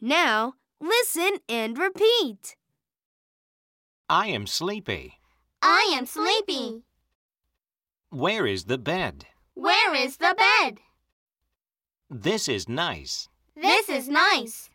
Now, listen and repeat. I am sleepy. I am sleepy. Where is the bed? Where is the bed? This is nice. This is nice.